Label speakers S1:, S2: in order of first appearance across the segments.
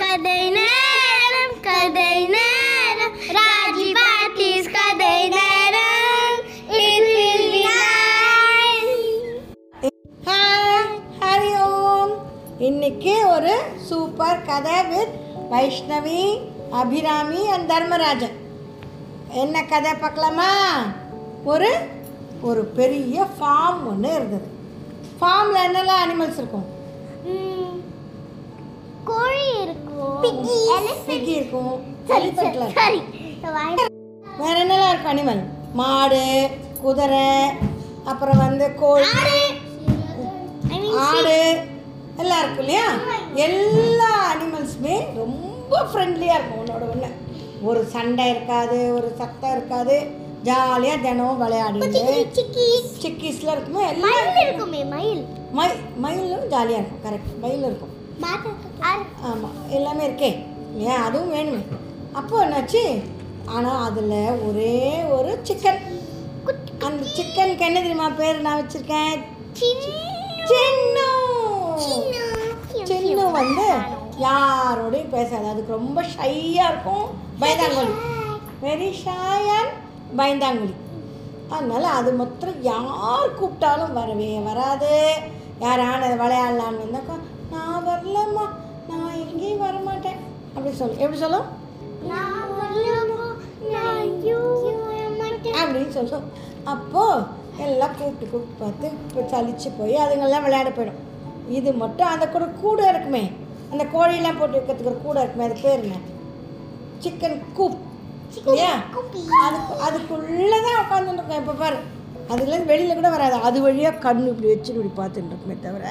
S1: கதை நேரம் கதை நேரம் ராஜி பாட்டிஸ் கதை நேரம் It will be nice.
S2: Hi Hari Om இன்னைக்கு ஒரு சூப்பர் கதை வித் வைஷ்ணவி அபிராமி அண்ட் தர்மராஜன் என்ன கதை பார்க்கலாமா ஒரு ஒரு பெரிய ஃபார்ம் ஒன்று இருந்தது ஃபார்மில் என்னெல்லாம் அனிமல்ஸ் இருக்கும்
S1: ம், கோழி இருக்கும் elephant.
S2: பிக்கி இருக்கும்
S1: சரி
S2: elephant லாம்
S1: சரி வாய்
S2: இருக்கும் வேறு என்னெல்லாம் இருக்கும் அனிமல் மாடு குதிரை அப்புறம் வந்து கோழி
S1: ஆடு I mean sheep.
S2: ஆடு எல்லாம் இருக்கும் இல்லையா எல்லா அனிமல்ஸுமே ரொம்ப ஃப்ரெண்ட்லியாக இருக்கும் உன்னோட ஒன்று ஒரு சண்டை இருக்காது ஒரு சத்தம் இருக்காது ஜாலியாக தினமும் விளையாடிட்டு
S1: சிக்கிஸ்
S2: சிக்கிஸ்லாம் இருக்குமோ எல்லாம்
S1: மயில் இருக்குமே மயில்
S2: மயில் மயிலும் ஜாலியாக இருக்கும் கரெக்ட் மயில் இருக்கும்
S1: ஆறு
S2: ஆமாம் எல்லாமே இருக்கே இல்லையா அதுவும் வேணுமே அப்போது என்னாச்சு ஆனால் அதில் ஒரே ஒரு சிக்கன் அந்த சிக்கனுக்கு என்ன தெரியுமா பேர் நான் வச்சுருக்கேன்
S1: சின்ன
S2: சின்ன சின்ன
S1: சின்ன
S2: வந்து யாரோடையும் பேசாது அதுக்கு ரொம்ப ஷையாக இருக்கும் பயந்தாங்குழி வெரி ஷாய் அண்ட் பயந்தாங்குழி அதனால் அது மொத்தம் யார் கூப்பிட்டாலும் வரவே வராது யாரான விளையாடலான்னு வந்தாக்கா நான் வரலம்மா நான் எங்கேயும் வரமாட்டேன் அப்படி சொல்லு எப்படி சொல்லும்
S1: நான் வரலமா, நான் ஐயோ வர மாட்டேன்.
S2: அப்படின்னு சொல்லும் அப்போது எல்லாம் கூப்பிட்டு கூப்பிட்டு பார்த்து இப்போ சலிச்சு போய் அதுங்கெல்லாம் விளையாட போயிடும் இது மட்டும் அந்த கூட கூடை இருக்குமே அந்த கோழியெல்லாம் போட்டு வைக்கிறதுக்கு ஒரு கூடை இருக்குமே அது பேர் என்ன சிக்கன் கூப் இல்லையா
S1: குப்பி.
S2: அதுக்கு அதுக்குள்ளே தான் உட்காந்துருக்கோம் இப்போ பாரு அதுலேருந்து வெளியில் கூட வராது அது வழியாக கண்ணு இப்படி வச்சு இப்படி பார்த்துட்டு இருக்குமே தவிர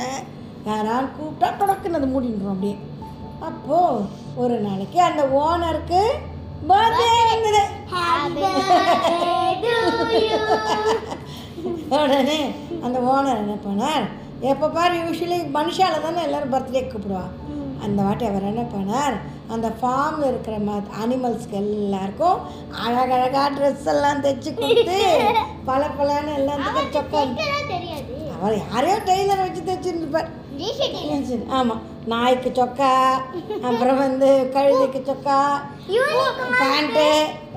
S2: யாராலும் கூப்பிட்டா தொடக்குன்னு அது மூடின்றோம் அப்படியே அப்போது ஒரு நாளைக்கு அந்த ஓனருக்கு பர்த்டே இருந்தது
S1: Happy birthday to you.
S2: உடனே அந்த ஓனர் என்ன பண்ணார் எப்போ பாரு யூஸ்வலி மனுஷால தானே எல்லாரும் பர்த்டே கூப்பிடுவா அந்த வாட்டி அவர் என்ன பண்ணார் அந்த ஃபார்மில் இருக்கிற மா அனிமல்ஸ்க்கு எல்லாருக்கும் அழகழகா ட்ரெஸ் எல்லாம் தைச்சு கொடுத்து பல பலன்னு எல்லாத்துக்கும் சொக்கா
S1: இதெல்லாம் தெரியாது
S2: அவர் யாரையோ டெய்லர் வச்சு தைச்சுன்னு இருப்பார் ஆமாம் நாய்க்கு சொக்கா அப்புறம் வந்து கழுதைக்கு சொக்கா பேண்ட்டு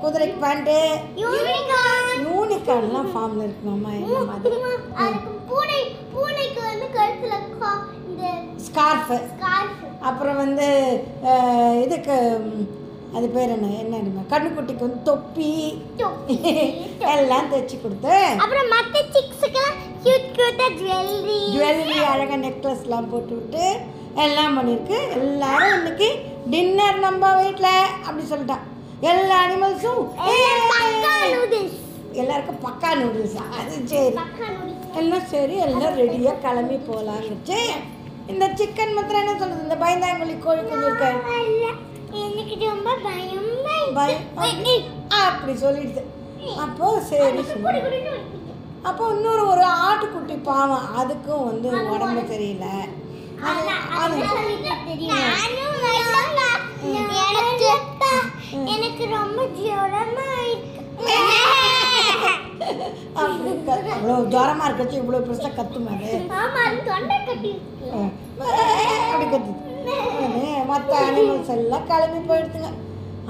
S2: குதிரைக்கு பேண்ட்டு
S1: யூனிகார்ன்
S2: யூனிகார்ன்லாம் ஃபார்மில் இருக்குமாம்மா என்ன மாதிரி
S1: அதுக்கு பூனை பூனைக்கு வந்து கழுத்துல கா- இந்த
S2: ஸ்கார்ஃபு
S1: ஸ்கார்ஃப்
S2: அப்புறம் வந்து அஹ், இதுக்கு ம், அது பேர் என்ன என்ன அடிமை? கண்ணுக்குட்டிக்கு வந்து தொப்பி எல்லாம் தைச்சி கொடுத்து
S1: அப்புறம் மத்த சிக்ஸுக்கெல்லாம் கியூட் கியூட்டா ஜுவல்லரி
S2: ஜுவல்லரி அழகாக நெக்லஸ்லாம் போட்டு விட்டு எல்லாம் பண்ணியிருக்கு எல்லாரும் இன்னைக்கு டின்னர் நம்ம வீட்டில் அப்படி சொல்லிட்டான் எல்லா அனிமல்ஸும்
S1: பக்கா நூடுல்ஸ்
S2: எல்லாருக்கும் பக்கா நூடுல்ஸா அது சரி
S1: பக்கா நூடுல்ஸ்
S2: எல்லாம் சரி எல்லாம் ரெடியாக கிளம்பி போகலான்னுச்சு இந்த சிக்கன் மாத்திரம் என்ன சொல்கிறது இந்த பயந்தாங்குழி கோழி குஞ்சு இருக்கேன்
S1: எனக்கு ரொம்ப பயமா
S2: பயம் அப்படி- அப்படி சொல்லிடுது அப்போ சரி சொல்லி அப்போ இன்னொரு ஒரு ஆட்டுக்குட்டி பாவம் அதுக்கும் வந்து உடம்பு தெரியல அது- அது
S1: எனக்கு ரொம்ப ஜோரமா
S2: அப்படி க- அவ்வளோ ஜுரமா இருக்கச்சு இவ்வளோ பெருசாக கத்தும் அது
S1: ஆமா அது தொண்டை கட்டி
S2: ஆ. அப்படி கத்துது மற்ற அனிமல்ஸ் எல்லாம் கிளம்பி போயிடுதுங்க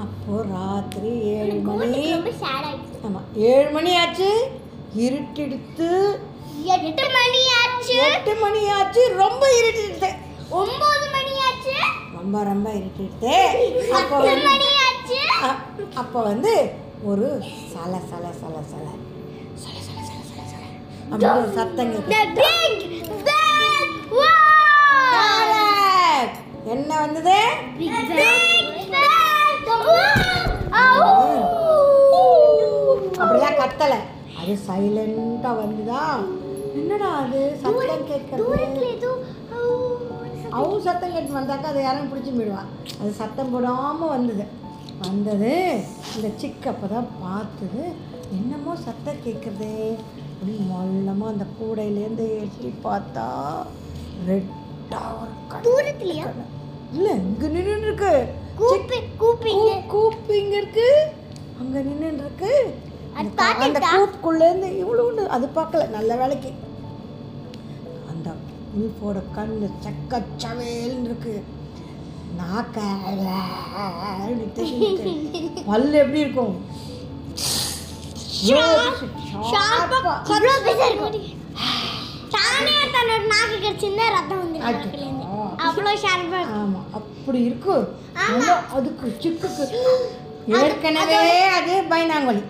S2: அப்போ ராத்திரி ஏழு மணி
S1: ரொம்ப ஷேர் ஆயிடுச்சு
S2: ஆமாம் ஏழு மணி ஆச்சு இருட்டெடுத்து
S1: எட்டு மணி ஆச்சு
S2: எட்டு மணி ஆச்சு ரொம்ப இருட்டெடுத்து
S1: ஒன்பது மணி ஆச்சு
S2: ரொம்ப ரொம்ப இருட்டெடுத்து அப்போ
S1: பத்து
S2: வந்து
S1: மணி ஆச்சு
S2: அ- அப்போ வந்து ஒரு சல சல சல சல சல, சல, சல, சல, சல. அப்படின்னு ஒரு சத்தம் கேட்குது.
S1: The big bang wow!
S2: Correct. என்ன வந்தது
S1: Big bang wow!
S2: அப்படிலாம் கத்தலை அது சைலண்டாக வந்துதான் என்னடா அது சத்தம் கேட்கறது
S1: தூரத்துல ஏதோ ow ன்னு சத்தம்.
S2: அவங்க சத்தம் கேட்டு வந்தாக்கா அதை யாரும் பிடிச்சி போயிடுவா அது சத்தம் போடாமல் வந்தது வந்தது இந்த சிக்கு அப்போ தான் பார்த்தது என்னமோ சத்தம் கேட்குறதே அப்படின்னு மொல்லமாக அந்த கூடையிலேருந்து எட்டி பார்த்தா ரெட்டாக ஒரு கடை
S1: தூரத்துலயா
S2: இல்லை இங்கே நின்று இருக்கு
S1: கூப்பி கூப்பிங்க
S2: கூப் கூப்பு இங்கே இருக்கு அங்கே நின்று இருக்கு
S1: அது
S2: அந்த கா- அந்த
S1: பார்த்துட்டா?
S2: கூப்புக்குள்ளேருந்து இவ்வளோண்டு அது பார்க்கல நல்ல வேலைக்கு அந்த இனிப்போட கண்ணு சக்கச்சவேல்னு இருக்கு நாக்க அழன்னு தெரிஞ்சுது. பல்லு எப்படி இருக்கும்
S1: ஷார்ப்பா
S2: ஷார்ப்பா
S1: கவ்வளோ பெருசா இருக்கும் தானே தன்னோட நாக்கு கடிச்சிருந்தா ரத்தம் வந்து
S2: ஆச்சு.
S1: அவ்வளோ ஷார்ப்பா இருக்கும்
S2: ஆமா அப்படி இருக்கு
S1: ஆமா.
S2: நல்லா அதுக்கு சிக்குக்கு ஏற்கனவே அது பயந்தாங்கொலி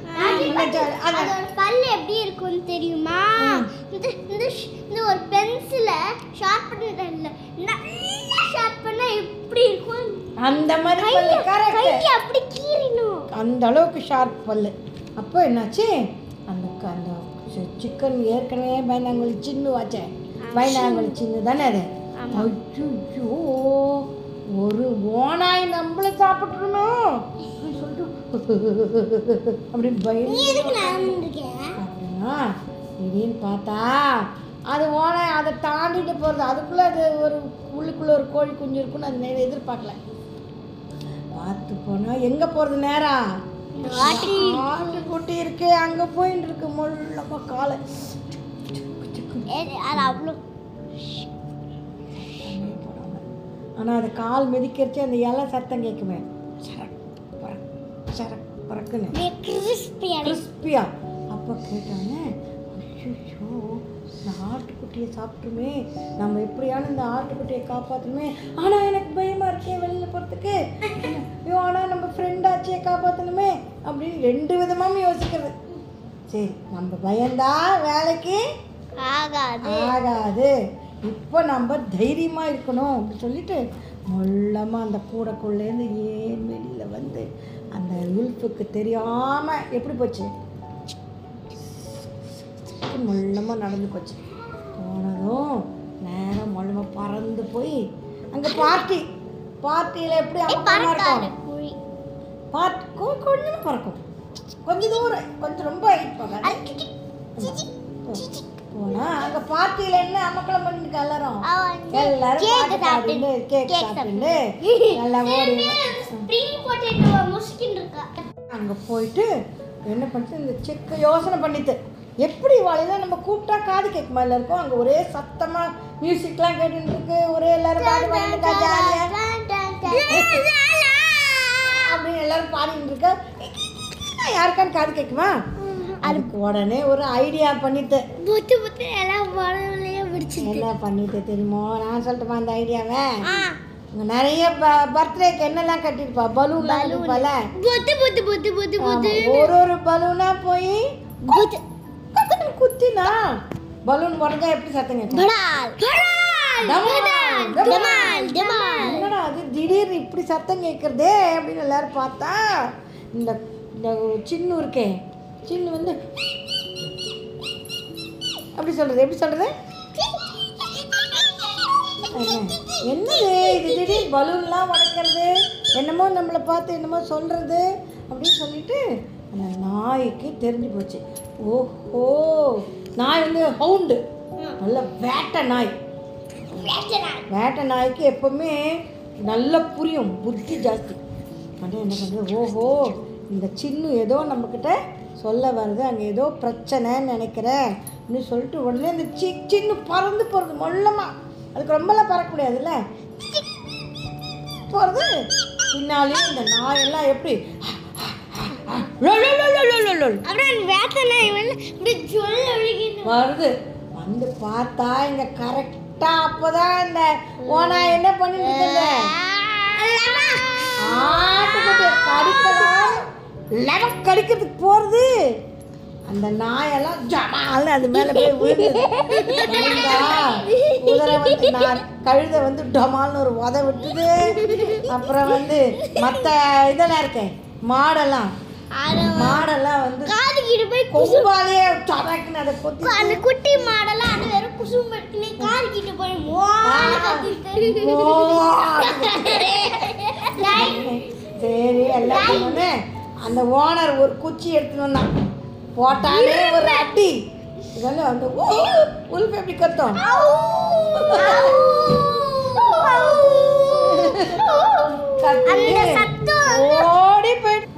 S2: அது-
S1: அதோட பல்லு எப்படி இருக்கும்னு தெரியுமா
S2: ம்.
S1: இந்த இந்த ஷ்- இந்த ஒரு பென்சிலை ஷார்ப் பண்ண இல்ல நல்லா ஷார்ப் பண்ணா எப்படி இருக்கும்
S2: அந்த மாதிரி பல்லு
S1: கைய
S2: correct.
S1: கைய அப்படி கீறணும்
S2: அந்த அளவுக்கு ஷார்ப் பல்லு அப்போ என்னாச்சு அந்த க- அந்த சிக்கன் ஏற்கனவே பயந்தாங்கொலி சின்னு வாச்சே பயந்தாங்கொலி சின்னு தானே அது
S1: ஆமா.
S2: ஐயோ ஒரு ஓனாய் நம்மள சாப்பிட்டுருமோ அப்படின்னு சொல்லிட்டு அப்படின்னு
S1: நீ
S2: பயம்
S1: எதுக்கு நான் இருக்கேன்
S2: அப்படின்னா திடீர்னு பார்த்தா அது ஓனை அதை தாண்டிட்டு போகிறது அதுக்குள்ளே அது ஒரு உள்ளுக்குள்ளே ஒரு கோழி குஞ்சு இருக்குன்னு அது நேரம் எதிர்பார்க்கல பார்த்து போனால் எங்கே போகிறது நேரா ஆட்டு குட்டி இருக்கு அங்கே போயின்னு இருக்கு முள்ளமாக காலை
S1: ஏய், அது அவ்வளோ
S2: ஆனால் அது கால் மிதிக்கிறச்சு அந்த இலை சத்தம் கேட்குமே சரக் பரக் சரக் பறக்குன்னு
S1: கிறிஸ்பி
S2: கிறிஸ்பியா அப்போ கேட்டாங்க ஐயோ இந்த ஆட்டுக்குட்டியை சாப்பிட்டுமே நம்ம எப்படியான இந்த ஆட்டுக்குட்டியை காப்பாற்றணுமே ஆனால் எனக்கு பயமாக இருக்கே வெளியில் போகிறதுக்கு ஐயோ ஆனால் நம்ம ஃப்ரெண்டாச்சியை காப்பாற்றணுமே அப்படின்னு ரெண்டு விதமாகவும் யோசிக்கிறது சரி நம்ம பயந்தா வேலைக்கு
S1: ஆகாது
S2: ஆகாது இப்போ நம்ம தைரியமாக இருக்கணும் அப்படின்னு சொல்லிட்டு மெல்லமாக அந்த கூடைக்குள்ளேருந்து ஏன் வெளியில் வந்து அந்த உல்ஃபுக்கு தெரியாமல் எப்படி போச்சு மெல்லமாக நடந்து போச்சு போனதும் நேரம் மொல்லமாக பறந்து போய் அங்கே பார்ட்டி பார்ட்டியில் எப்படி அமக்கமாக
S1: பறக்காது
S2: இருக்கும்
S1: குழி
S2: பார்ட் கொஞ்சம் பறக்கும் கொஞ்சம் தூரம் கொஞ்சம் ரொம்ப ஹைட் போகாது
S1: அது சிச்சி, சிச்சி, சிச்சி.
S2: போனா அங்க பார்ட்டியில என்ன அமக்கலம் பண்ணிட்டு எல்லாரும்
S1: அவன்
S2: எல்லாரும்
S1: கேக்கு
S2: பாட்டு
S1: சாப்பிட்டு-
S2: பாடிண்டு கேக்
S1: கேக்
S2: சாப்பிட்டு நல்லா ஓடி
S1: ஸ்ப்ரிங் பொட்டேட்டோ முஸ்கின் இருக்கா
S2: அங்க போயிட்டு என்ன பண்ணிட்டு இந்த செக்க யோசனை பண்ணிட்டு எப்படி வாழையில நம்ம கூப்பிட்டா காது கேட்க மாதிரி இருக்கும் அங்க ஒரே சத்தமா மியூசிக்லாம் கேட்டுட்டு இருக்கு ஒரே எல்லாரும் பாட்டு பாடிட்டு இருக்கா, ஜாலியா அப்படின்னு எல்லாரும் பாடிட்டு இருக்கா யாருக்கான்னு காது கேட்குமா அதுக்கு உடனே ஒரு ஐடியா பண்ணிட்டு
S1: புத்து புத்து எல்லாம் வரலையே பிடிச்சிருக்கு
S2: என்ன பண்ணிட்டு தெரியுமோ நான் சொல்லட்டுமா அந்த ஐடியாவை இங்க நிறைய ப- பர்த்டேக்கு என்னெல்லாம் கட்டிருப்பா பலூன் பல
S1: புத்து புத்து புத்து புத்து புத்து
S2: ஒரு ஒரு பலூனா போய்
S1: புத்து
S2: குத்துன்னு குத்தினா பலூன் உடஞ்சா எப்படி சத்தம் கேட்கும்
S1: படால் படால்
S2: டமால்,
S1: படால் டமால் டமால்
S2: என்னடா அது திடீர்னு இப்படி சத்தம் கேட்குறதே அப்படின்னு எல்லாரும் பார்த்தா இந்த இந்த சின்னு இருக்கே சின்னு வந்து அப்படி சொல்றது எப்படி சொல்றது என்ன? என்னது இது திடீர் பலூன்லாம் உடைக்கிறது என்னமோ நம்மளை பார்த்து என்னமோ சொல்கிறது அப்படின்னு சொல்லிட்டு அந்த நாய்க்கு தெரிஞ்சு போச்சு ஓஹோ நாய் வந்து ஹவுண்டு நல்ல வேட்டை நாய் வேட்டை நாய்க்கு எப்பவுமே நல்லா புரியும் புத்தி ஜாஸ்தி ஆனால் என்ன பண்ணுறது ஓஹோ இந்த சின்னு ஏதோ நம்மக்கிட்ட சொல்ல வருது அங்கே ஏதோ பிரச்சனைன்னு நினைக்கிறேன் அப்படின்னு சொல்லிட்டு உடனே இந்த சி சின்னு பறந்து போகிறது மொல்லமா அதுக்கு ரொம்பலாம் பறக்க முடியாதுல்ல போகிறது பின்னாலேயே இந்த நாயெல்லாம் எப்படி லொல் லொல் லொல் லொல் லொல் லொல்.
S1: அப்புறம் வேட்டனா இவன் இப்படி சொல்ல ஒழுகின்னு
S2: வருது வந்து பார்த்தா இங்க கரெக்டா அப்பதான் இந்த ஓனா என்ன பண்ணிட்டு இருக்க ஆட்டுக்குட்டி கடிக்கலாம் லெவன் கடிக்கிறதுக்கு போறது அந்த நாயெல்லாம் ஜமால்னு அது மேல போய் விழுந்தது விழுந்தா, குதிரை வந்து நான் கழுத வந்து டமால்னு ஒரு உத விட்டுது அப்புறம் வந்து மற்ற இதெல்லாம் இருக்கே மாடெல்லாம்
S1: அதை
S2: மாடெல்லாம் வந்து
S1: காது கிட்ட போய் குசு
S2: கொம்பாலேயே சடக்குன்னு அதை கொத்தி
S1: அந்த குட்டி மாடெல்லாம் அது வெறும் குசும் இருக்குன்னு காது கிட்ட போய் மோன்னு கத்திட்டு.
S2: ஓ,
S1: நாய்
S2: சரி எல்லாத்தையும் ஒண்ணு, அந்த ஓனர் ஒரு குச்சி எடுத்துன்னு வந்தான் போட்டாலே ஒரு அட்டி இதெல்லாம் வந்து ஓ உல்ஃப் எப்படி கத்தோம்
S1: அந்த சத்தம்
S2: ஓடி போயிட்டு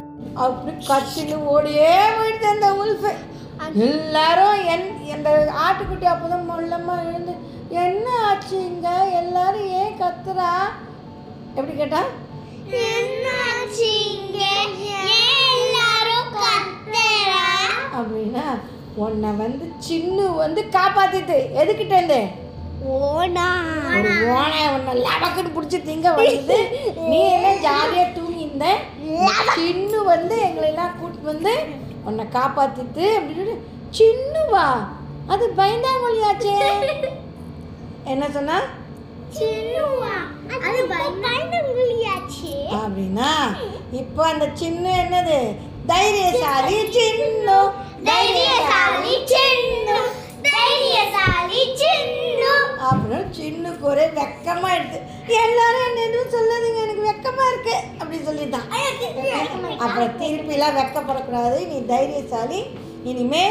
S2: அப்படி கத்தின்னு ஓடியே போயிடுது அந்த உல்ஃபு எல்லாரும் என் இந்த ஆட்டுக்குட்டி அப்போதான் மொல்லமா எழுந்து என்ன ஆச்சு இங்க எல்லாரும் ஏன் கத்துறா எப்படி கேட்டா
S1: என்னாச்சுங்க ஏன் எல்லாரும் கத்துறா
S2: அப்படின்னா உன்னை வந்து சின்னு வந்து காப்பாத்திட்டு எதுக்கிட்ட இருந்து
S1: ஓனா
S2: ஒரு ஓனை உன்னை லடக்குன்னு பிடிச்சி திங்க வந்தது நீ எல்லாம் ஜாலியாக தூங்கியிருந்த சின்னு வந்து எங்களை எல்லாம் கூட்டு வந்து உன்னை காப்பாத்திட்டு அப்படின்னு சின்னுவா அது பயந்தாங்கொழியாச்சே என்ன சொன்னா
S1: சின்னுவா அது பயந்துங்கலியாச்சு
S2: அப்படின்னா இப்போ அந்த சின்ன என்னது தைரியசாலி சின்னு
S1: தைரியசாலி சின்னு தைரியசாலி சின்னு
S2: அப்புறம் சின்னுக்கு ஒரே வெக்கமா எடுத்து எல்லாரும் என்ன எதுவும் சொல்லாதீங்க எனக்கு வெக்கமா இருக்கு அப்படி சொல்லிட்டான் அப்புறம் திருப்பிலாம் வெக்கப்படக்கூடாது நீ தைரியசாலி இனிமே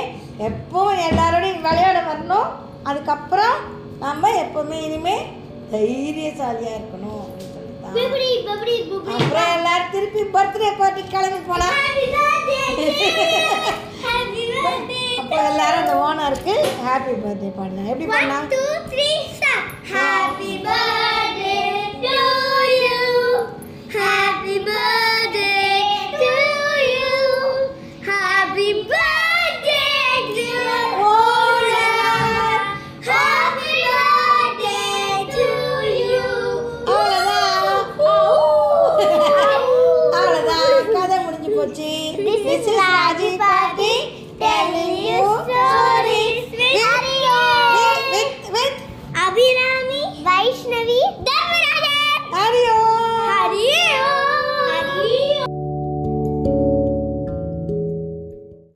S2: எப்பவும் எல்லாரோடையும் விளையாட வரணும் அதுக்கப்புறம் நம்ம எப்பவுமே இனிமே தைரியசாலியா இருக்கணும் அப்படின்னு சொல்லிட்டான்
S1: பிபிடி பிபிடி பிபிடி
S2: அப்புறம் எல்லாரும் திருப்பி பர்த்டே பார்ட்டி கிளம்பி போலாம்
S1: ஹாப்பி பர்த்டே ஹாப்பி பர்த்டே
S2: அப்போ எல்லாரும் அந்த ஓனருக்கு ஹாப்பி பர்த்டே பண்ணலாம் எப்படி பண்ணா
S1: One, two, three, stop. Happy birthday to you. Happy birthday to you. Happy birthday.